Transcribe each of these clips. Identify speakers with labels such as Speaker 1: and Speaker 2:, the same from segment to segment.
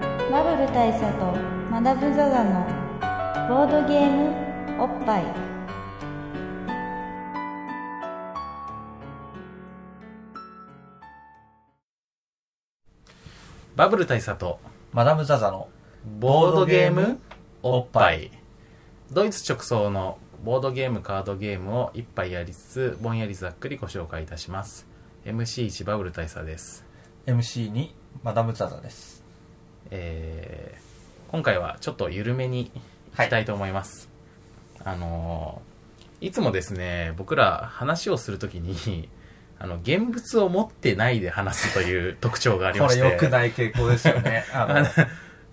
Speaker 1: 部大佐とマダム・ザ・ザのボードゲームおっぱい
Speaker 2: バブル大佐と
Speaker 3: マダム・ザ・ザの
Speaker 2: ボードゲームおっぱいドイツ直送のボードゲームカードゲームを一杯やりつつぼんやりざっくりご紹介いたします MC1 バブル大佐です
Speaker 3: MC にマダム・ザ・ザです
Speaker 2: えー今回はちょっと緩めにいきたいと思います、あのーいつもですね僕ら話をするときにあの現物を持ってないで話すという特徴がありま
Speaker 3: こ
Speaker 2: し
Speaker 3: れ
Speaker 2: て
Speaker 3: 良くない傾向ですよ ねあ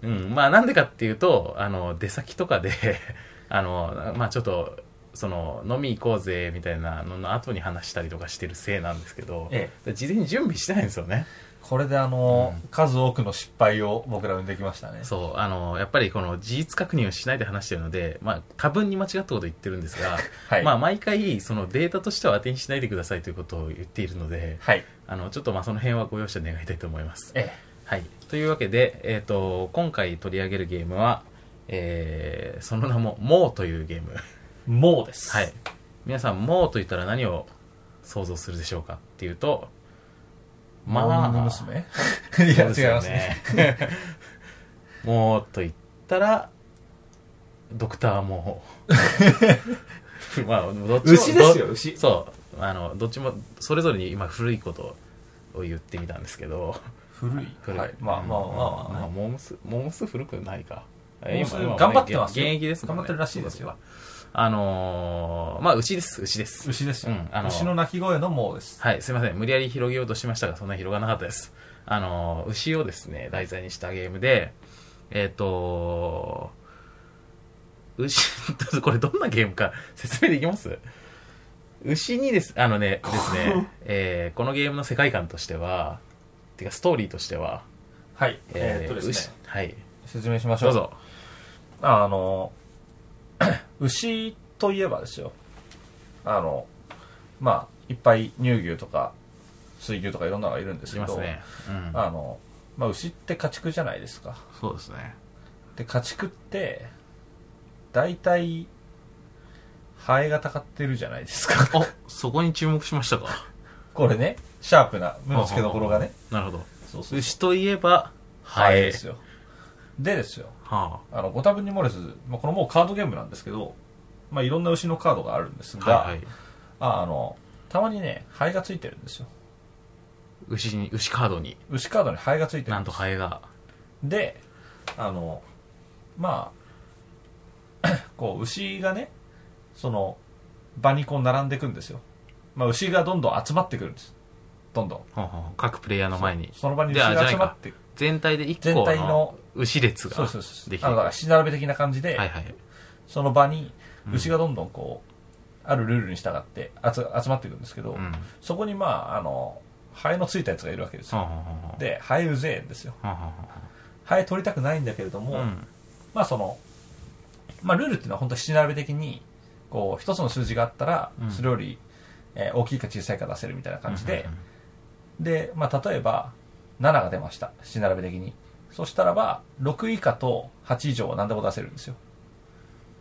Speaker 3: の
Speaker 2: うん、まあなんでかっていうと、あの、出先とかで、 あの、まあちょっと、その、飲み行こうぜ、みたいなのの後に話したりとかしてるせいなんですけど、
Speaker 3: え
Speaker 2: で事前に準備してないんですよね。
Speaker 3: これであの、
Speaker 2: う
Speaker 3: 数多くの失敗を僕ら生んできましたね
Speaker 2: そう、あの、やっぱりこの事実確認をしないで話してるので、まあ多分に間違ったこと言ってるんです が、
Speaker 3: はい、
Speaker 2: まあ毎回、そのデータとしては当てにしないでくださいということを言っているので、
Speaker 3: はい
Speaker 2: あの、ちょっとまあその辺はご容赦願いたいと思います。
Speaker 3: え
Speaker 2: はい。というわけで、えっ、と、今回取り上げるゲームは、えー、その名も、モーというゲー ム。
Speaker 3: えもうです
Speaker 2: はい。皆さん、モーと言ったら何を想像するでしょうかっていうと、
Speaker 3: ま
Speaker 2: まあ、
Speaker 3: あ
Speaker 2: そう
Speaker 3: 娘
Speaker 2: で
Speaker 3: いや、
Speaker 2: す
Speaker 3: 違い
Speaker 2: よ
Speaker 3: ますね。
Speaker 2: モーと言ったら、ドクターモ ー。まあ、どっちも
Speaker 3: 牛ですよ
Speaker 2: ど
Speaker 3: 牛
Speaker 2: そう。あの、どっちも、それぞれに今古いことを言ってみたんですけど、
Speaker 3: 古い
Speaker 2: 古い、
Speaker 3: はい、まあまあまあまあ、
Speaker 2: まあモームスモームス古くないか
Speaker 3: モームス
Speaker 2: 今今
Speaker 3: 頑張ってます
Speaker 2: 現
Speaker 3: よ
Speaker 2: 役ですもんね
Speaker 3: 頑張ってるらしいですよ
Speaker 2: そうかそうかあのーまあ牛です牛です
Speaker 3: 牛ですよ、
Speaker 2: うんあの
Speaker 3: 牛の鳴き声のもうです
Speaker 2: はいすいません無理やり広げようとしましたがそんな広がらなかったですあのー牛をですね題材にしたゲームでえっ、と牛 これどんなゲームか説明できます牛にですあのねです ね、えーこのゲームの世界観としてはてかストーリーとしては
Speaker 3: はいえ
Speaker 2: え
Speaker 3: ーっ
Speaker 2: ー
Speaker 3: とですね
Speaker 2: 牛はい
Speaker 3: 説明しましょ
Speaker 2: どう
Speaker 3: う
Speaker 2: ぞ
Speaker 3: あの 牛といえばですよあのまあいっぱい乳牛とか水牛とかいろんなのがいるんです
Speaker 2: い
Speaker 3: けど
Speaker 2: ますね、うん、
Speaker 3: あの、まあ、牛って家畜じゃないですか
Speaker 2: そうですね
Speaker 3: で家畜って大体ハエがたかってるじゃないですか
Speaker 2: あそこに注目しましたか
Speaker 3: これねシャープな目の付けどころがね
Speaker 2: なるほど
Speaker 3: そうそう
Speaker 2: 牛といえばハ
Speaker 3: ハエ
Speaker 2: エ
Speaker 3: ですよでですよ
Speaker 2: は
Speaker 3: あのご多分に漏れず、まあ、これもうカードゲームなんですけど、まあ、いろんな牛のカードがあるんです
Speaker 2: あ
Speaker 3: が、
Speaker 2: はいはい
Speaker 3: ああのたまにねハエがついてるんですよ
Speaker 2: 牛に牛カードに
Speaker 3: 牛カードにハエがついてる
Speaker 2: なんん
Speaker 3: で
Speaker 2: と
Speaker 3: す
Speaker 2: ハエが
Speaker 3: であのまあ こう牛がねその場にこう並んでいくんですよ、まあ、牛がどんどん集まってくるんですどんどん
Speaker 2: ほうほう各プレイヤーの前に
Speaker 3: その場に牛
Speaker 2: であじゃ
Speaker 3: が
Speaker 2: ない
Speaker 3: 集
Speaker 2: か
Speaker 3: まってくる
Speaker 2: 全体で1
Speaker 3: 全
Speaker 2: 個
Speaker 3: 体
Speaker 2: の
Speaker 3: の
Speaker 2: 牛列が
Speaker 3: そうそうそう
Speaker 2: でき
Speaker 3: あ
Speaker 2: る
Speaker 3: のだからし並べ的な感じで、
Speaker 2: はいはい
Speaker 3: その場に
Speaker 2: うん
Speaker 3: 牛がどんどんこう、あるルールに従って集集まっていくんですけど、
Speaker 2: うん
Speaker 3: そこにまああのハエのついたやつがいるわけです
Speaker 2: ほう
Speaker 3: よ
Speaker 2: ほうほうほう
Speaker 3: でハエうぜえんですよ
Speaker 2: ほうほう
Speaker 3: ハエ取りたくないんだけれども、
Speaker 2: ほううん
Speaker 3: まあその、まあルールっていうのは本当七並べ的に、こう、一つの数字があったら
Speaker 2: うん、
Speaker 3: それより、えー大きいか小さいか出せるみたいな感じで
Speaker 2: うん、うんうん
Speaker 3: で、まあ例えば、7が出ました。七並べ的に。そしたらば、6以下と8以上は何でも出せるんですよ。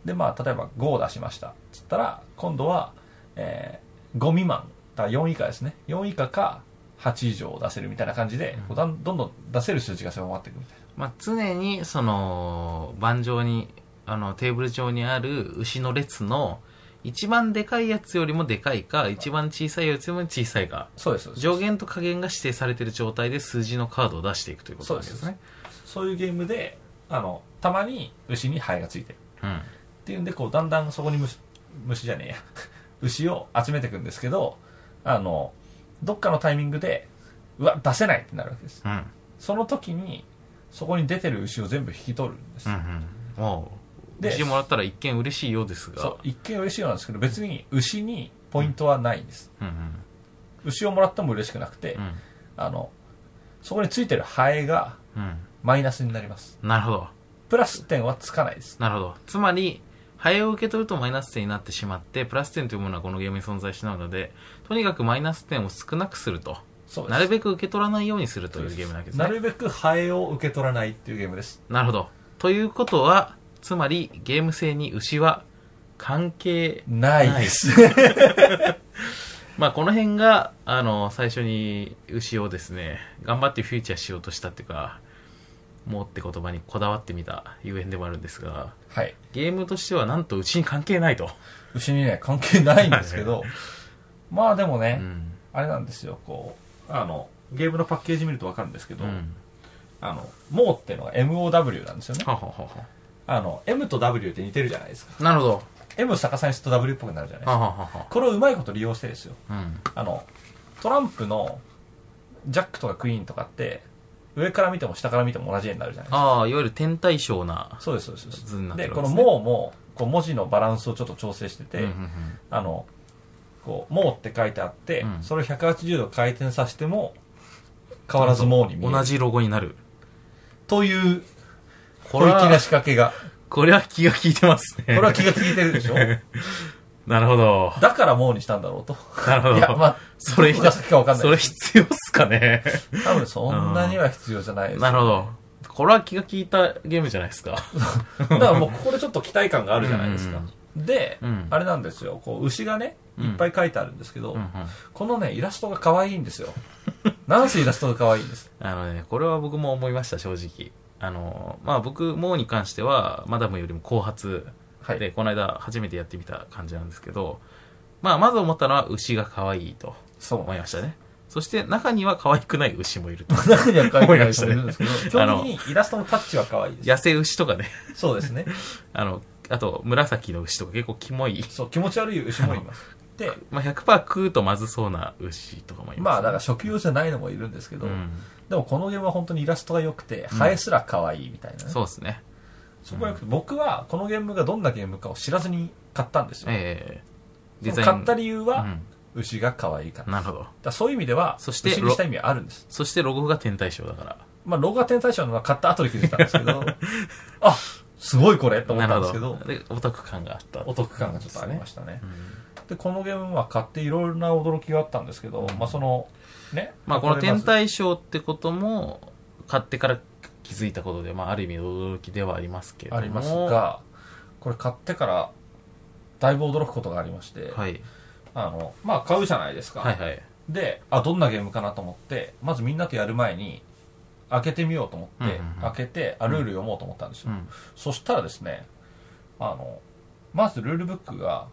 Speaker 3: で、まあ例えば5を出しました。つったら、今度は、え5未満。だから4以下ですね。4以下か8以上を出せるみたいな感じで、こうだんどんどん出せる数字が狭まっていくみたいな。
Speaker 2: まあ常にその盤上にあのテーブル上にある牛の列の一番でかいやつよりもでかいか一番小さいやつよりも小さいか
Speaker 3: そうです。そうです
Speaker 2: 上限と下限が指定されている状態で数字のカードを出していくということなんですね
Speaker 3: そういうゲームで、あの、たまに牛にハエがついてる。
Speaker 2: うん
Speaker 3: っていうんで、こう、だんだんそこに虫、虫じゃねえや。 牛を集めていくんですけど、あの、どっかのタイミングで、うわ、出せないってなるわけです。
Speaker 2: うん
Speaker 3: その時に、そこに出てる牛を全部引き取るんです。
Speaker 2: うんうんおう
Speaker 3: で
Speaker 2: 牛もらったら一見嬉しいようですが
Speaker 3: そう、一見嬉しいようなんですけど、別に牛にポイントはないんです。
Speaker 2: うんうん
Speaker 3: 牛をもらっても嬉しくなくて、
Speaker 2: うん
Speaker 3: あの、そこについてるハエが
Speaker 2: うん
Speaker 3: マイナスになります。
Speaker 2: なるほど
Speaker 3: プラス点はつかないです。
Speaker 2: なるほどつまりハエを受け取るとマイナス点になってしまってプラス点というものはこのゲームに存在しないのでとにかくマイナス点を少なくすると
Speaker 3: そうです
Speaker 2: なるべく受け取らないようにするというゲームなわけですね
Speaker 3: なるべくハエを受け取らないっていうゲームです
Speaker 2: なるほどということはつまりゲーム性に牛は関係
Speaker 3: ない
Speaker 2: で
Speaker 3: ですす
Speaker 2: まあこの辺があの最初に牛をですね頑張ってフューチャーしようとしたっていうか「もう」って言葉にこだわってみたゆえんでもあるんですが
Speaker 3: はい
Speaker 2: ゲームとしてはなんと牛に関係ないと、
Speaker 3: 牛にね関係ないんですけどまあでも
Speaker 2: う
Speaker 3: ね、
Speaker 2: ん
Speaker 3: あれなんですよこうあのゲームのパッケージ見ると分かるんですけど、
Speaker 2: うん、
Speaker 3: あの MO っていうのが MOW なんですよね
Speaker 2: はははは
Speaker 3: あの M と W って似てるじゃないですか
Speaker 2: なるほど
Speaker 3: M 逆さにすると W っぽくなるじゃないです
Speaker 2: はは
Speaker 3: か
Speaker 2: はは
Speaker 3: これをうまいこと利用してですよ
Speaker 2: うん
Speaker 3: あのトランプのジャックとかクイーンとかって上から見ても下から見ても同じ絵になるじゃないですか
Speaker 2: ああいわゆる天対称な
Speaker 3: そうですそうですそうです
Speaker 2: 図になって
Speaker 3: で
Speaker 2: る
Speaker 3: こ
Speaker 2: わけ
Speaker 3: の「
Speaker 2: ですね
Speaker 3: も」もこう文字のバランスをちょっと調整してて、
Speaker 2: うんうんうん
Speaker 3: あのこう「も」って書いてあって、
Speaker 2: うん
Speaker 3: それを180度回転させても変わらず「も」に見える
Speaker 2: 同じロゴになる
Speaker 3: という
Speaker 2: こ
Speaker 3: 小
Speaker 2: れ
Speaker 3: 粋
Speaker 2: は
Speaker 3: な仕掛けが
Speaker 2: これは気が利いてますね
Speaker 3: これは気が利いてるでしょ
Speaker 2: なるほど
Speaker 3: だから「も」にしたんだろ うと
Speaker 2: なるほど
Speaker 3: いやまあ
Speaker 2: それ
Speaker 3: どこが先か分かんない
Speaker 2: それ必要っすか ね
Speaker 3: 多分そんなには必要じゃないです
Speaker 2: なるほどこれは気が利いたゲームじゃないですか
Speaker 3: だからもうここでちょっと期待感があるじゃないですか、
Speaker 2: うん
Speaker 3: で、
Speaker 2: うん
Speaker 3: あれなんですよこう牛がね
Speaker 2: うん
Speaker 3: いっぱい書いてあるんですけど、
Speaker 2: うんうん
Speaker 3: このねイラストが可愛いんですよ なんせイラストが可愛いんです
Speaker 2: あのねこれは僕も思いました正直あのまあ僕もうに関してはマダムよりも後発
Speaker 3: はい
Speaker 2: でこの間初めてやってみた感じなんですけどまあまず思ったのは牛が可愛いと
Speaker 3: そう
Speaker 2: 思いましたねそして中には可愛くない牛もい ると
Speaker 3: 中には可愛い
Speaker 2: 思い
Speaker 3: な
Speaker 2: ました
Speaker 3: 人
Speaker 2: ね
Speaker 3: もいるんですけど、基
Speaker 2: あの
Speaker 3: 本的にイラストのタッチは可愛いです。
Speaker 2: 野生牛とかね
Speaker 3: そうですね。
Speaker 2: あのあと紫の牛とか結構キモい
Speaker 3: そう、気持ち悪い牛もいます。で、
Speaker 2: まあ、100%食うとまずそうな牛とかもいま
Speaker 3: まあ
Speaker 2: す、
Speaker 3: だから食用じゃないのもいるんですけど、
Speaker 2: うん、
Speaker 3: でもこのゲームは本当にイラストが良くて、ハエすら可愛いみたいなね。
Speaker 2: そうですね。
Speaker 3: そこが良くて、僕はこのゲームがどんなゲームかを知らずに買ったんですよ。
Speaker 2: ええ
Speaker 3: でも買った理由
Speaker 2: う
Speaker 3: は、
Speaker 2: ん、
Speaker 3: 牛が可愛いから。だか
Speaker 2: なるほど。
Speaker 3: らそういう意味では、
Speaker 2: そして
Speaker 3: 牛にした意味はあるんです。
Speaker 2: そしてロゴが天体賞だから。
Speaker 3: まあ、ローガテン大賞のは買った後で気づいたんですけ ど、あ、すごいこれと思
Speaker 2: な
Speaker 3: った
Speaker 2: る
Speaker 3: んで
Speaker 2: ほ
Speaker 3: すけど
Speaker 2: ど。、で、お得感があった。
Speaker 3: お得感がちょっとありましたね
Speaker 2: う。ん
Speaker 3: でこのゲームは買っていろいろな驚きがあったんですけど、まあそのね
Speaker 2: まあ、この
Speaker 3: 例えば
Speaker 2: 天体賞ってことも、買ってから気づいたことで、まあ、ある意味驚きではありますけれども。
Speaker 3: あります。がこれ買ってからだいぶ驚くことがありまして、
Speaker 2: はい。
Speaker 3: あのまあ買うじゃないですか、
Speaker 2: はいはい。
Speaker 3: であどんなゲームかなと思ってまずみんなとやる前に開けてみようと思って、
Speaker 2: うんうんうん
Speaker 3: 開けてあルール読もうと思ったんです
Speaker 2: う
Speaker 3: よ、
Speaker 2: ん。
Speaker 3: そしたらですねあのまずルールブックが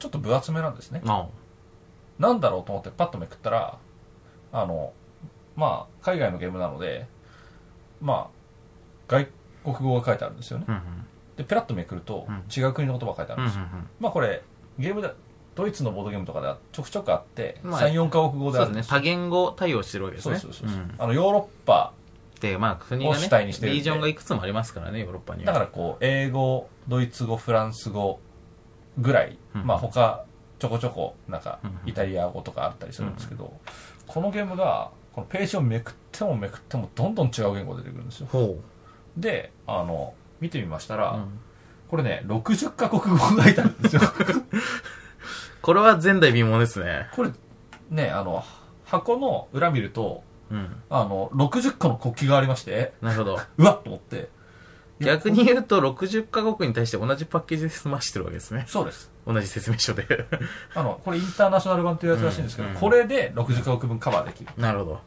Speaker 3: ちょっと分厚めなんですね
Speaker 2: あ
Speaker 3: なんだろうと思ってパッとめくったら、あの、まあ、海外のゲームなので、まあ、外国語が書いてあるんですよね。
Speaker 2: うんうん。
Speaker 3: で、ペラッとめくると
Speaker 2: うん、
Speaker 3: 違う国の言葉が書いてあ
Speaker 2: う
Speaker 3: る
Speaker 2: ん
Speaker 3: ん
Speaker 2: う
Speaker 3: ですよ。
Speaker 2: ん
Speaker 3: まあ、これ、ゲームで、ドイツのボードゲームとかではちょくちょくあって、
Speaker 2: まあ
Speaker 3: 3、4カ国
Speaker 2: う
Speaker 3: 語
Speaker 2: ん。
Speaker 3: で
Speaker 2: そ
Speaker 3: あ
Speaker 2: う
Speaker 3: る
Speaker 2: で
Speaker 3: ん
Speaker 2: すね。
Speaker 3: ですよ
Speaker 2: 多言語対応してるわけです
Speaker 3: そう
Speaker 2: ね。
Speaker 3: そうそうそう
Speaker 2: うん
Speaker 3: あの、ヨーロッパ、
Speaker 2: で、まあ、国が
Speaker 3: を
Speaker 2: ね
Speaker 3: 主体にして、るんで
Speaker 2: リージョンがいくつもありますからね、ヨーロッパには。
Speaker 3: だからこう、英語、ドイツ語、フランス語ぐらい、
Speaker 2: うん
Speaker 3: まあ、他、ちょこちょこ、なんか
Speaker 2: うん、
Speaker 3: イタリア語とかあったりするんですけど、このゲームが、このページをめくってもめくっても、どんどん違う言語が出てくるんですよ。
Speaker 2: ほ
Speaker 3: であの見てみましたら、
Speaker 2: う。うん
Speaker 3: これね60カ国語が書いてあるんですよ
Speaker 2: これは前代未聞ですね。
Speaker 3: これねあの箱の裏見ると
Speaker 2: うん。
Speaker 3: あの60個の国旗がありまして
Speaker 2: なるほど。
Speaker 3: うわっと思っていや
Speaker 2: 逆に言うと、60カ国に対して同じパッケージで済ましてるわけですね。
Speaker 3: そうです
Speaker 2: 同じ説明書で。
Speaker 3: あのこれインターナショナル版というやつらしいんですけど、
Speaker 2: うんうん
Speaker 3: これで60カ国分カバーできる
Speaker 2: なるほど。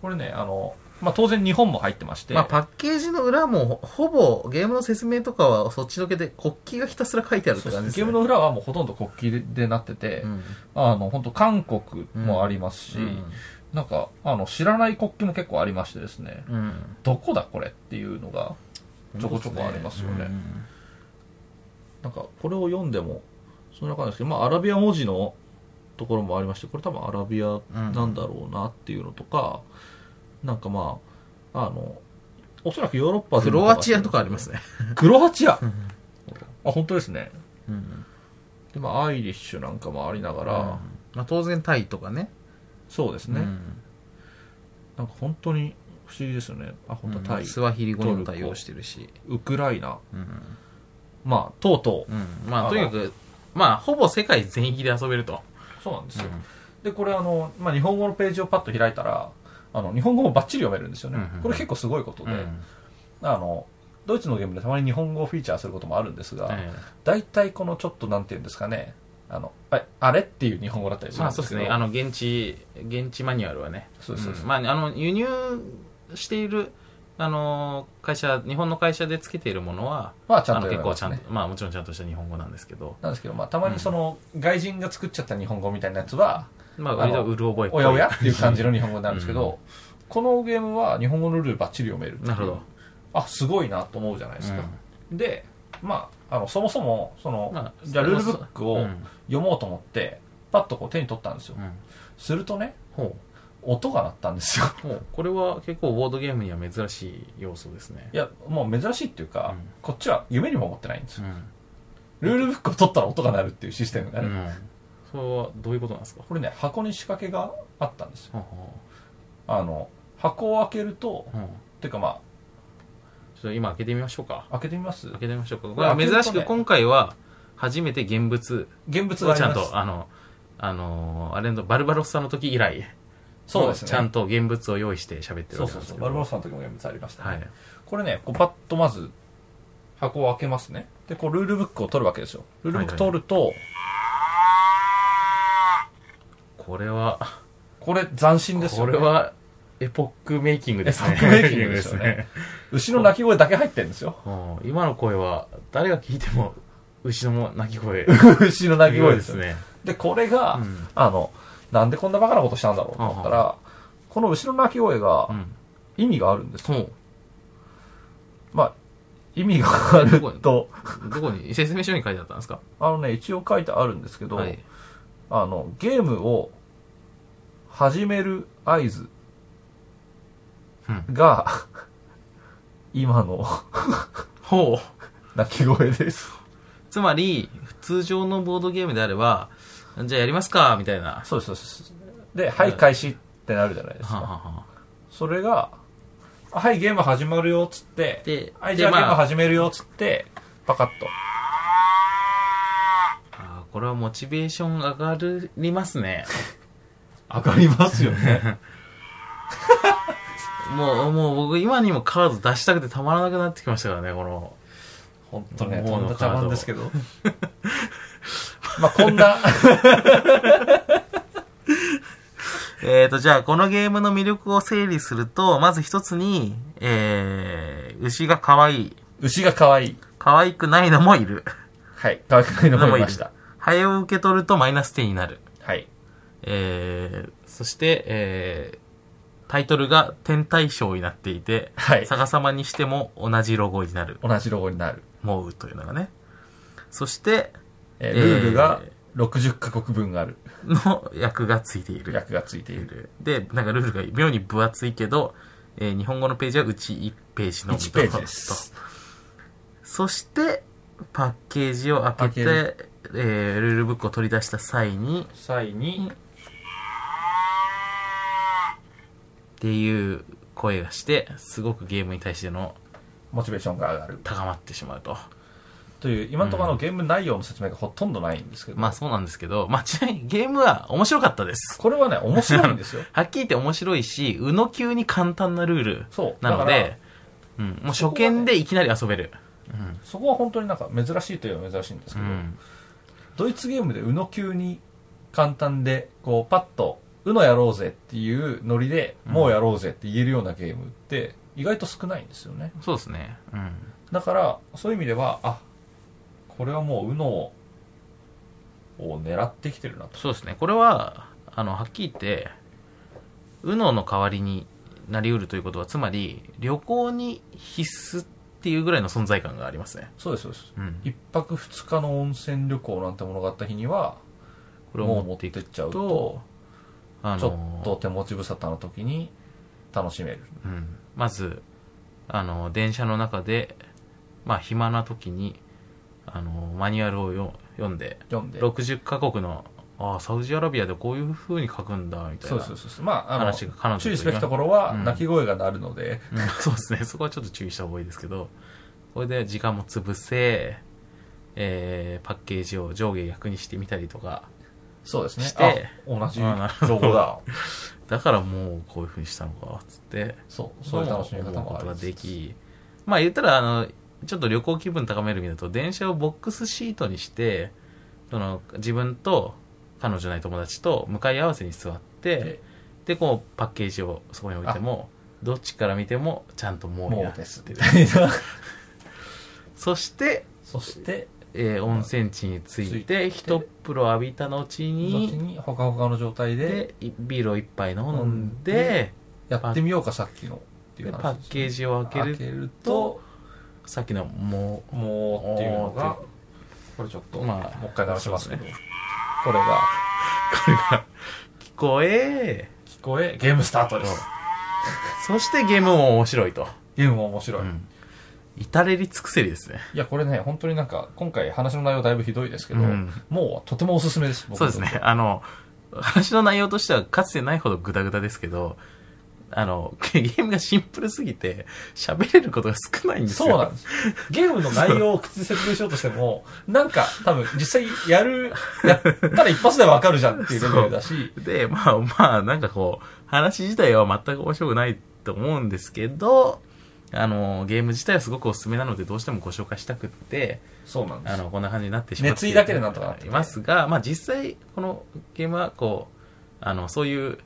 Speaker 3: これねあの、まあ、当然日本も入ってまして、
Speaker 2: まあ、パッケージの裏も、ほぼ、ゲームの説明とかはそっちのけで、国旗がひたすら書いてあるって
Speaker 3: そうで
Speaker 2: 感
Speaker 3: す
Speaker 2: じ
Speaker 3: ね
Speaker 2: です
Speaker 3: ゲ
Speaker 2: ね。
Speaker 3: ームの裏はもうほとんど国旗ででなってて、
Speaker 2: うん
Speaker 3: あの本当韓国もありますし、なんかあの知らない国旗も結構ありましてですね、
Speaker 2: うん。うん。
Speaker 3: どこだこれっていうのがちょこちょこありますよね
Speaker 2: うん
Speaker 3: なんかこれを読んでもそんな感じですけど、まあ、アラビア文字のところもありましてこれ多分アラビアなんだろうなっていうのとか、なんかまああのおそらくヨーロッパ
Speaker 2: クロアチアとかあります
Speaker 3: ね
Speaker 2: ね。
Speaker 3: クロアチアあ本当ですね
Speaker 2: うん。
Speaker 3: でまあアイリッシュなんかもありながら、
Speaker 2: まあ、当然、タイとかね。
Speaker 3: そうですね、
Speaker 2: うん
Speaker 3: なんか本当に不思議ですよねあ本当はタイ、
Speaker 2: スワヒリ語にも対応してるし。
Speaker 3: ウクライナ
Speaker 2: うん。
Speaker 3: まあとうとう
Speaker 2: うんまあ、とにかく、まあ、ほぼ世界全域で遊べると。
Speaker 3: そうなんですよ、でこれあの、まあ、日本語のページをパッと開いたらあの日本語もバッチリ読めるんですよね、
Speaker 2: うんうんうん
Speaker 3: これ結構すごいことで、
Speaker 2: うん
Speaker 3: あのドイツのゲームでたまに日本語をフィーチャーすることもあるんですが、
Speaker 2: え
Speaker 3: 大体このちょっとなんていうんですかねあのああれっていう日本語だったり
Speaker 2: え
Speaker 3: するん
Speaker 2: まあ
Speaker 3: で
Speaker 2: そう
Speaker 3: す
Speaker 2: で
Speaker 3: け
Speaker 2: すね
Speaker 3: ど、
Speaker 2: あの現地現地マニュアルはね
Speaker 3: そうですそうです
Speaker 2: んまああの輸入しているあの会社日本の会社でつけているものは
Speaker 3: まあちゃ
Speaker 2: あ
Speaker 3: んと
Speaker 2: の結
Speaker 3: 読め
Speaker 2: 構
Speaker 3: ま
Speaker 2: ちゃ
Speaker 3: す
Speaker 2: ん
Speaker 3: ね
Speaker 2: とまあもちろんちゃんとした日本語なんですけど
Speaker 3: なんですけど、まあ、たまにその外人が作っちゃった日本語みたいなやつは、
Speaker 2: まあ割とうる覚えっぽ
Speaker 3: お
Speaker 2: い
Speaker 3: やおやっていう感じの日本語になるんですけど、
Speaker 2: うん
Speaker 3: このゲームは日本語のルールばっちり読めるっていう
Speaker 2: なるほど
Speaker 3: あすごいなと思うじゃないですか、でまああのそもそもその、
Speaker 2: まあ
Speaker 3: じゃあルールブック
Speaker 2: う
Speaker 3: を
Speaker 2: ん
Speaker 3: 読もうと思ってパッとこう手に取ったんですよ
Speaker 2: うん
Speaker 3: するとね
Speaker 2: ほ
Speaker 3: 音が鳴ったんですよ
Speaker 2: うほうこれは結構ボードゲームには珍しい要素ですね
Speaker 3: いやもう珍しいっていうか、
Speaker 2: うん
Speaker 3: こっちは夢にも思ってないんです
Speaker 2: う
Speaker 3: よ
Speaker 2: ん
Speaker 3: ルールブックを取ったら音が鳴るっていうシステムがね、
Speaker 2: うんそれはどういうことなんですか
Speaker 3: これね箱に仕掛けがあったんですよ
Speaker 2: ほうほ
Speaker 3: あの箱を開けると
Speaker 2: うほう
Speaker 3: っていうかま
Speaker 2: ちょっと今開けてみましょうか
Speaker 3: あ開けてみます
Speaker 2: 開けてみましょうか。
Speaker 3: これ開けるとね
Speaker 2: 珍しく今回は、初めて現物
Speaker 3: 現物が
Speaker 2: を
Speaker 3: あり
Speaker 2: ちゃん
Speaker 3: ます
Speaker 2: と、あの、あのーあれのバルバロッサの時以来、
Speaker 3: そうですね
Speaker 2: ちゃんと現物を用意して喋ってる
Speaker 3: そ
Speaker 2: わ
Speaker 3: う
Speaker 2: けなん
Speaker 3: そう
Speaker 2: です
Speaker 3: そう
Speaker 2: けど。
Speaker 3: バルバロスさんの時も現物ありました、
Speaker 2: はい。
Speaker 3: これねこうパッとまず箱を開けますねでこうルールブックを取るわけですよルールブック取ると、
Speaker 2: これは、
Speaker 3: これ斬新ですよ
Speaker 2: こ
Speaker 3: ね
Speaker 2: れは、エポックメイキングですね。
Speaker 3: エポックメイキングですよね牛の鳴き声だけ入ってるんですよ
Speaker 2: うん今の声は、誰が聞いても、牛の鳴き声。
Speaker 3: 牛の 鳴き声ですね
Speaker 2: ね。
Speaker 3: でこれが、
Speaker 2: うん
Speaker 3: あのなんでこんなバカなことしたんだろうと思ったら、この牛の鳴き声
Speaker 2: う
Speaker 3: が
Speaker 2: ん。
Speaker 3: 意味があるんですよ、
Speaker 2: ほう。
Speaker 3: まあ意味があると
Speaker 2: どこに、説明書に書いてあったんですか
Speaker 3: あのね一応書いてあるんですけど、
Speaker 2: はい。
Speaker 3: あのゲームを始める合図が、今の
Speaker 2: ほう。
Speaker 3: 鳴き声です。
Speaker 2: つまり、通常のボードゲームであれば、じゃあやりますか、みたいな。
Speaker 3: そうです、そうです。で、はい、開始ってなるじゃないです
Speaker 2: はあは
Speaker 3: か。
Speaker 2: あはあ
Speaker 3: それが、あはい、ゲーム始まるよ、つって。
Speaker 2: で
Speaker 3: はい、
Speaker 2: で
Speaker 3: じゃあゲ
Speaker 2: まあ
Speaker 3: ーム始めるよ、つって、パカッと。
Speaker 2: あーこれはモチベーション上がりますね。
Speaker 3: 上がりますよね。
Speaker 2: もう、もう僕今にもカード出したくてたまらなくなってきましたからね、この。
Speaker 3: 本当ね、
Speaker 2: も
Speaker 3: と
Speaker 2: うん
Speaker 3: だ
Speaker 2: もう
Speaker 3: 茶番ですけど。 まあ、こんな、
Speaker 2: えーと、じゃあこのゲームの魅力を整理すると、まず一つに、えー、牛が可愛い。
Speaker 3: 牛が可愛い。
Speaker 2: 可愛くないのもいる。
Speaker 3: はい、可愛くないのもいまし
Speaker 2: の
Speaker 3: た。
Speaker 2: ハエを受け取るとマイナス点になる。
Speaker 3: はい。
Speaker 2: えー、そして、えー、タイトルが天体ショーになっていて、
Speaker 3: はい
Speaker 2: 逆さまにしても同じロゴになる。
Speaker 3: 同じロゴになる。
Speaker 2: モウというのがね。そして、えー
Speaker 3: えールールが60カ国分ある。
Speaker 2: の役がついている。
Speaker 3: 略がついている。
Speaker 2: で、なんかルールが妙に分厚いけど、えー日本語のページはうち1ページのみ
Speaker 3: 1ページです。
Speaker 2: そして、パッケージを開けて
Speaker 3: パ、
Speaker 2: えールールブックを取り出した際に、
Speaker 3: 際に、
Speaker 2: っていう声がして、すごくゲームに対しての
Speaker 3: モチベーションが上がる。
Speaker 2: 高まってしまうと。
Speaker 3: という今のところあのゲーム内容の説明がほとんどないんですけど、
Speaker 2: まあそうなんですけど、まあちなみにゲームは面白かったです。
Speaker 3: これはね面白いんですよ
Speaker 2: はっきり言って面白いし、うの級に簡単なルール
Speaker 3: そう
Speaker 2: なの
Speaker 3: だか
Speaker 2: で、うん、もう初見でいきなり遊べる。
Speaker 3: そこは本当になんか珍しいといえば珍しいんです
Speaker 2: う
Speaker 3: けど、
Speaker 2: ん。
Speaker 3: ドイツゲームで UNO 級に簡単でこうパッと「UNO やろうぜ」っていうノリで「
Speaker 2: うん
Speaker 3: もうやろうぜ」って言えるようなゲームって意外と少ないんですよね
Speaker 2: そうですね。うん。
Speaker 3: だからそういう意味ではあこれはもう UNO を狙ってきてるなと
Speaker 2: そうですね。これは、あの、はっきり言って、うのの代わりになりうるということは、つまり、旅行に必須っていうぐらいの存在感がありますね。
Speaker 3: そうですそうです
Speaker 2: うん。
Speaker 3: 一泊二日の温泉旅行なんてものがあった日には
Speaker 2: これを
Speaker 3: もう
Speaker 2: 持
Speaker 3: 持
Speaker 2: っ
Speaker 3: ってて
Speaker 2: い
Speaker 3: っ
Speaker 2: く
Speaker 3: ちゃう
Speaker 2: と
Speaker 3: と、
Speaker 2: あ
Speaker 3: ちょ
Speaker 2: の
Speaker 3: っと、手持ち無沙汰の時に楽しめる。
Speaker 2: うん、まずあの電車の中でまあ暇な時にあのマニュアルをよ読んで
Speaker 3: 読んで。
Speaker 2: 60カ国のああサウジアラビアでこういう風に書くんだみたい
Speaker 3: そう
Speaker 2: な
Speaker 3: そうそうそう。まあ、あ
Speaker 2: 話が
Speaker 3: の、
Speaker 2: 彼女と
Speaker 3: 注意すべきところは、
Speaker 2: うん
Speaker 3: 鳴き声が鳴るので、
Speaker 2: うんそうですねそこはちょっと注意した方がいいですけどこれで時間も潰せ、えーパッケージを上下逆にしてみたりとか
Speaker 3: そうです
Speaker 2: し
Speaker 3: ね
Speaker 2: て。
Speaker 3: あ、同じ
Speaker 2: あなるほど
Speaker 3: ロゴだ。
Speaker 2: だからもうこういう風にしたのか、つって。
Speaker 3: そう、そういう楽しみ方
Speaker 2: 思う
Speaker 3: も
Speaker 2: こ
Speaker 3: あ
Speaker 2: と
Speaker 3: り
Speaker 2: が
Speaker 3: ま
Speaker 2: でき、まあ言ったら、あの、ちょっと旅行気分高める意味だと、電車をボックスシートにして、その、自分と彼女ない友達と向かい合わせに座って
Speaker 3: で、
Speaker 2: で、こう、パッケージをそこに置いても、どっちから見ても、ちゃんともう
Speaker 3: も
Speaker 2: や
Speaker 3: うです。
Speaker 2: って
Speaker 3: み
Speaker 2: る
Speaker 3: たいな。
Speaker 2: そして、
Speaker 3: そして、
Speaker 2: えー温泉地につ
Speaker 3: つ
Speaker 2: い
Speaker 3: いて
Speaker 2: て、一風呂浴びた後
Speaker 3: 後
Speaker 2: に、
Speaker 3: にほかほかの状態で
Speaker 2: で、いビールを一杯飲
Speaker 3: 飲
Speaker 2: ん
Speaker 3: ん
Speaker 2: で
Speaker 3: で、やってみようか、さっきの。っていう
Speaker 2: で
Speaker 3: 話
Speaker 2: パッケージを開け
Speaker 3: 開
Speaker 2: る、
Speaker 3: けると、
Speaker 2: さっきのもう、
Speaker 3: もうっていうのが、これちょっと、
Speaker 2: まあ
Speaker 3: もう一回鳴らしますけど、
Speaker 2: そう
Speaker 3: これが、
Speaker 2: これが、聞こえ、
Speaker 3: 聞こえ、ゲームスタートです。
Speaker 2: そしてゲームも面白いと。
Speaker 3: ゲームも面白い。
Speaker 2: うん至れり尽くせりですね。
Speaker 3: いや、これね、本当になんか、今回話の内容だいぶひどいですけど、
Speaker 2: うん
Speaker 3: もうとてもおすすめです、僕
Speaker 2: そうですね。あの、話の内容としてはかつてないほどグダグダですけど、あの、 ゲームがシンプルすぎて、喋れることが少ないんです
Speaker 3: そう
Speaker 2: よ。
Speaker 3: なんです。ゲームの内容を口で説明しようとしても、なんか、多分、実際やる、やったら一発でわかるじゃんっていうレベルだし、
Speaker 2: で、まあまあ、なんかこう、話自体は全く面白くないと思うんですけど、あの、ゲーム自体はすごくおすすめなので、どうしてもご紹介したくって、
Speaker 3: そうなんで
Speaker 2: あ
Speaker 3: す。
Speaker 2: の、こんな感じになってしまって
Speaker 3: 熱意だけでなんとかなって
Speaker 2: いますが、まあ実際、このゲームはこう、あの、そういう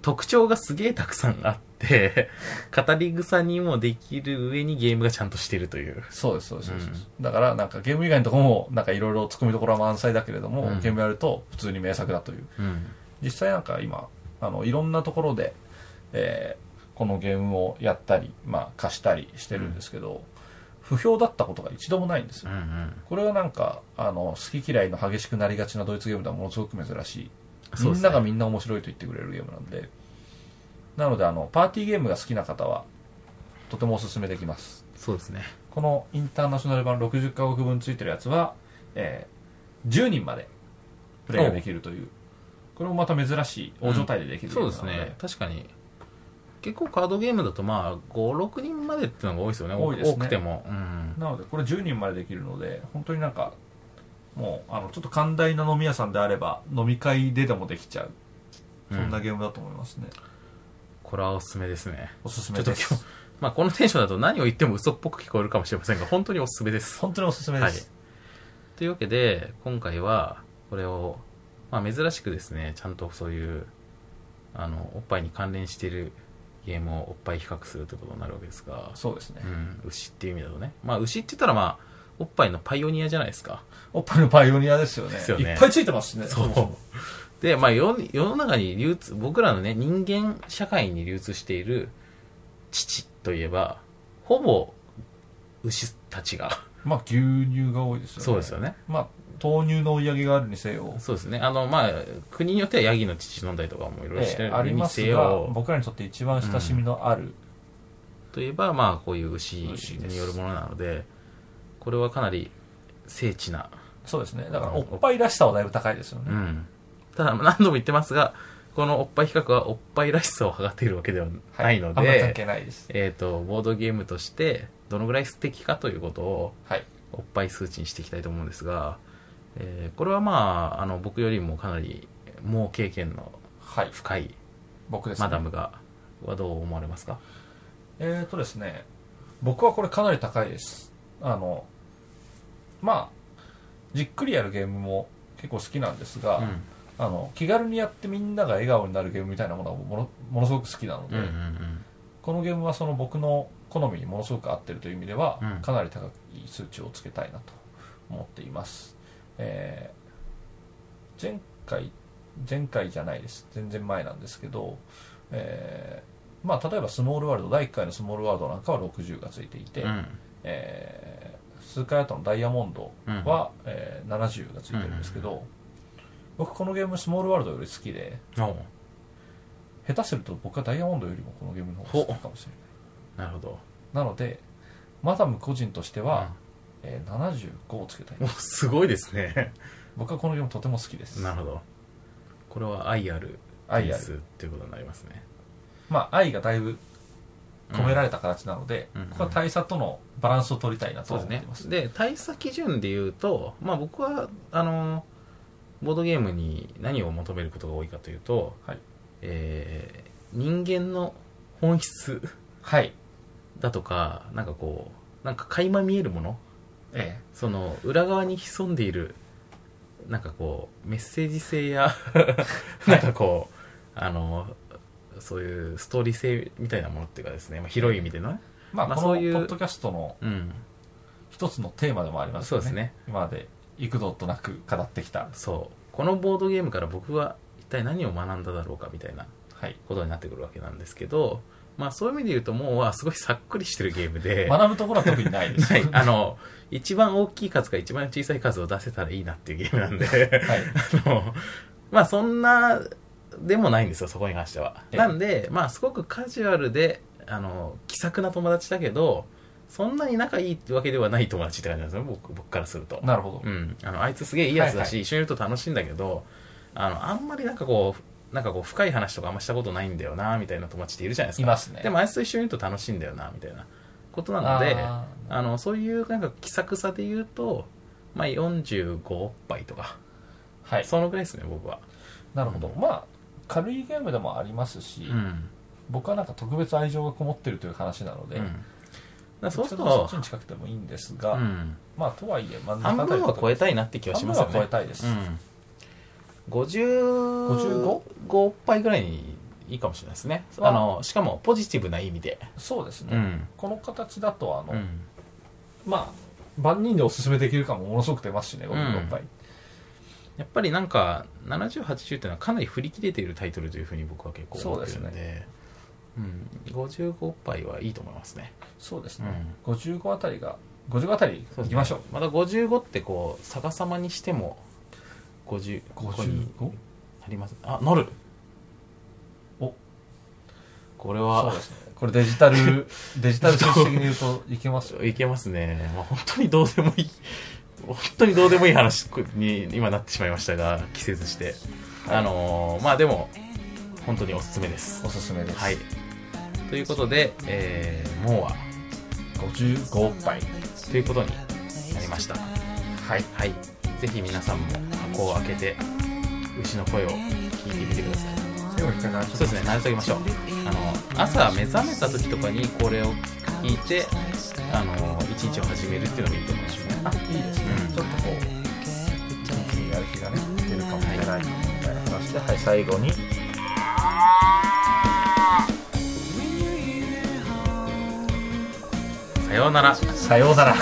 Speaker 2: 特徴がすげえたくさんあって、 語り草にもできる上にゲームがちゃんとしてるという。
Speaker 3: そうです、そうです、そうです。だから、なんかゲーム以外のとこも、なんかいろいろ突っ込みどころは満載だけれども、
Speaker 2: うん
Speaker 3: ゲームやると普通に名作だという。
Speaker 2: うん。
Speaker 3: 実際なんか今、あの、いろんなところで、えーこのゲームをやったり、まあ、貸したりしてるんですけど、不評だったことが一度もないんですよ
Speaker 2: うんうん。
Speaker 3: これはなんかあの好き嫌いの激しくなりがちなドイツゲームではものすごく珍しい、
Speaker 2: そうで
Speaker 3: み
Speaker 2: すね
Speaker 3: んながみんな面白いと言ってくれるゲームなんでなのであのパーティーゲームが好きな方はとてもおすすめできます
Speaker 2: そうですね。
Speaker 3: このインターナショナル版60カ国分ついてるやつは、えー10人までプレイができるというこれもまた珍しい大所帯でできるゲー
Speaker 2: そう
Speaker 3: ム
Speaker 2: です
Speaker 3: なので、
Speaker 2: ね。確かに。結構カードゲームだとまあ、5、6人までっていうのが多いですよね。
Speaker 3: 多いですね
Speaker 2: 多くても。うん。
Speaker 3: なのでこれ10人までできるので本当になんかもうあのちょっと寛大な飲み屋さんであれば飲み会ででもできちゃうそんなゲームだと思いますね、
Speaker 2: これはおすすめですね。
Speaker 3: おすすめで
Speaker 2: ちょっ
Speaker 3: す
Speaker 2: まあ、このテンションだと何を言っても嘘っぽく聞こえるかもしれませんが、本当におすすめです。
Speaker 3: 本当におすすめです、
Speaker 2: というわけで、今回は、これを、まあ、珍しくですね、ちゃんとそういう、あの、おっぱいに関連しているゲームをおっぱい比較するということになるわけですが、
Speaker 3: そうですね
Speaker 2: うん、牛っていう意味だとね。まあ、牛って言ったら、まあ、おっぱいのパイオニアじゃないですか。
Speaker 3: おっぱいのパイオニアですよね
Speaker 2: ですよね
Speaker 3: いっぱいついてますしね
Speaker 2: そう
Speaker 3: もも
Speaker 2: で、まあ、世に世の中に流通、僕らのね、人間社会に流通している、乳といえば、ほぼ、牛たちが、
Speaker 3: まあ牛乳が多いですよね
Speaker 2: そうですよね。
Speaker 3: まあ豆乳の追い上げがあるにせよ、
Speaker 2: そうですね。あの、まあ、国によってはヤギの乳飲んだりとかもいろいろして
Speaker 3: ええ
Speaker 2: る
Speaker 3: あり
Speaker 2: に
Speaker 3: ま
Speaker 2: せ
Speaker 3: すが
Speaker 2: よ、
Speaker 3: 僕らにとって一番親しみのある、
Speaker 2: といえば、まあ、こういう牛
Speaker 3: 牛です
Speaker 2: によるものなので、これはかなり精緻な。
Speaker 3: そうですねだからおっぱいらしさはだいぶ高いですよね、
Speaker 2: うん。ただ、何度も言ってますが、このおっぱい比較はおっぱいらしさを測っているわけではないので、
Speaker 3: あんまり関係ないです
Speaker 2: えっ、と、ボードゲームとして、どのぐらい素敵かということを、
Speaker 3: はい
Speaker 2: おっぱい数値にしていきたいと思うんですが、えーこれはまあ、あの、僕よりもかなり、もう経験の
Speaker 3: はい
Speaker 2: 深い
Speaker 3: 僕ですね
Speaker 2: マダムが、はどう思われますか
Speaker 3: えーとですね、僕はこれかなり高いです。あの、まあ、じっくりやるゲームも結構好きなんですが、
Speaker 2: うん
Speaker 3: あの、気軽にやってみんなが笑顔になるゲームみたいなものはものものすごく好きなので、
Speaker 2: うんうんうん
Speaker 3: このゲームはその僕の好みにものすごく合ってるという意味では、
Speaker 2: うん
Speaker 3: かなり高い数値をつけたいなと思っています。えー前回、前回じゃないです。全然前なんですけど、えーまあ例えばスモールワールド、第1回のスモールワールドなんかは60がついていて、
Speaker 2: うん
Speaker 3: えー数回後のダイヤモンドは、えー70がついてるんですけど、僕このゲームスモールワールドより好きで、
Speaker 2: お
Speaker 3: 下手すると僕はダイヤモンドよりもこのゲームの方が好きかもしれな
Speaker 2: な
Speaker 3: い。
Speaker 2: るほど
Speaker 3: なので、マダム個人としては、
Speaker 2: あ
Speaker 3: えー75をつけたい
Speaker 2: お。すごいですね
Speaker 3: 僕はこのゲームとても好きです。
Speaker 2: なるほどこれは愛ある
Speaker 3: 愛
Speaker 2: 点
Speaker 3: あ
Speaker 2: 数
Speaker 3: る。
Speaker 2: っていうことになりますね
Speaker 3: まあ、愛がだいぶ込めら
Speaker 2: れ
Speaker 3: れた形なので、
Speaker 2: うん
Speaker 3: ここは大差とのバランスを取りたいなと
Speaker 2: そう
Speaker 3: 思
Speaker 2: です
Speaker 3: って
Speaker 2: ね
Speaker 3: います。
Speaker 2: で大差基準で言うとまあ僕はあのボードゲームに何を求めることが多いかというと、
Speaker 3: はい
Speaker 2: えー人間の本質
Speaker 3: はい
Speaker 2: だとかなんかこうなんか垣間見えるもの
Speaker 3: え
Speaker 2: その裏側に潜んでいるなんかこうメッセージ性やなんかこう、あのそういうストーリー性みたいなものっていうかですね、まあ、広い意味でのね
Speaker 3: えまあ、
Speaker 2: まあ
Speaker 3: この
Speaker 2: そういう
Speaker 3: ポッドキャストの
Speaker 2: うん
Speaker 3: 一つのテーマでもあります
Speaker 2: そう
Speaker 3: よ
Speaker 2: ですね
Speaker 3: 今まで幾度となく語ってきた
Speaker 2: そうこのボードゲームから僕は一体何を学んだだろうかみたいな
Speaker 3: はい
Speaker 2: ことになってくるわけなんですけど、まあ、そういう意味で言うともうはすごいさっくりしてるゲームで
Speaker 3: 学ぶところは特にないです
Speaker 2: はい、あの一番大きい数か一番小さい数を出せたらいいなっていうゲームなんで
Speaker 3: はい
Speaker 2: あの まあそんなでもないんですよそこに関しては
Speaker 3: ええ
Speaker 2: なんでまあすごくカジュアルであの気さくな友達だけどそんなに仲いいってわけではない友達って感じなんですよ僕僕からすると
Speaker 3: なるほ
Speaker 2: う
Speaker 3: ど、
Speaker 2: ん、あのあいつすげえいいやつだし、
Speaker 3: はい
Speaker 2: 一緒にいると楽しいんだけどあのあんまりなんかこうなんかこう深い話とかあんましたことないんだよなみたいな友達っているじゃないですか
Speaker 3: いますね
Speaker 2: でもあいつと一緒にいると楽しいんだよなみたいなことなのであ
Speaker 3: あ
Speaker 2: のそういうなんか気さくさで言うと、まあ、45おっぱいとか、
Speaker 3: はい
Speaker 2: そのぐらいですね僕は、
Speaker 3: なるほど、まあ軽いゲームでもありますし、
Speaker 2: うん
Speaker 3: 僕はなんか特別愛情がこもってるという話なの
Speaker 2: う
Speaker 3: で、
Speaker 2: ん、だからそうする
Speaker 3: どっち
Speaker 2: と
Speaker 3: かというとそっちに近くてもいいんですが、
Speaker 2: うん、
Speaker 3: まあとはいえ、まあ、
Speaker 2: 半分は超え
Speaker 3: い
Speaker 2: たいなって気はしますよね
Speaker 3: 半分は超えたいです、
Speaker 2: うん、55 5杯ぐらいにいいかもしれないですね
Speaker 3: あ
Speaker 2: あのしかもポジティブな意味で
Speaker 3: そうですね、
Speaker 2: うん
Speaker 3: この形だとあの、
Speaker 2: うん
Speaker 3: まあ万人でおすすめできる感もものすごく出ますしね56杯、
Speaker 2: やっぱりなんか7080っていうのはかなり振り切れているタイトルというふうに僕は結構思ってるん
Speaker 3: そ
Speaker 2: で
Speaker 3: うです
Speaker 2: うん、55杯はいいと思いますね
Speaker 3: そうですね、55あたりが55あたりいきましょう
Speaker 2: また55ってこう逆さまにしても50ここに
Speaker 3: 55?
Speaker 2: ありますあ乗る
Speaker 3: お
Speaker 2: これ
Speaker 3: そう
Speaker 2: は
Speaker 3: ですねこれデジ タルデジタル知識的に言うといけますよ
Speaker 2: いけますね、まあ、本当にどうでもいい本当にどうでもいい話に今なってしまいましたが季節して、あのーまあでも本当におすすめです
Speaker 3: おすすめです、
Speaker 2: はいということで、えー、もうは
Speaker 3: 55杯
Speaker 2: ということになりました
Speaker 3: はい
Speaker 2: はいぜひ皆さんも箱を開けて牛の声を聞いてみてください
Speaker 3: でも一回何
Speaker 2: そうですね慣れておきましょうあの朝目覚めた時とかにこれを聞いてあの一日を始めるっていうのもいいと思いますね
Speaker 3: あいいですね、
Speaker 2: うん
Speaker 3: ちょっとこう一気にやる気がね出るかもしれないみたいな話ではい最後に
Speaker 2: さようなら
Speaker 3: さようなら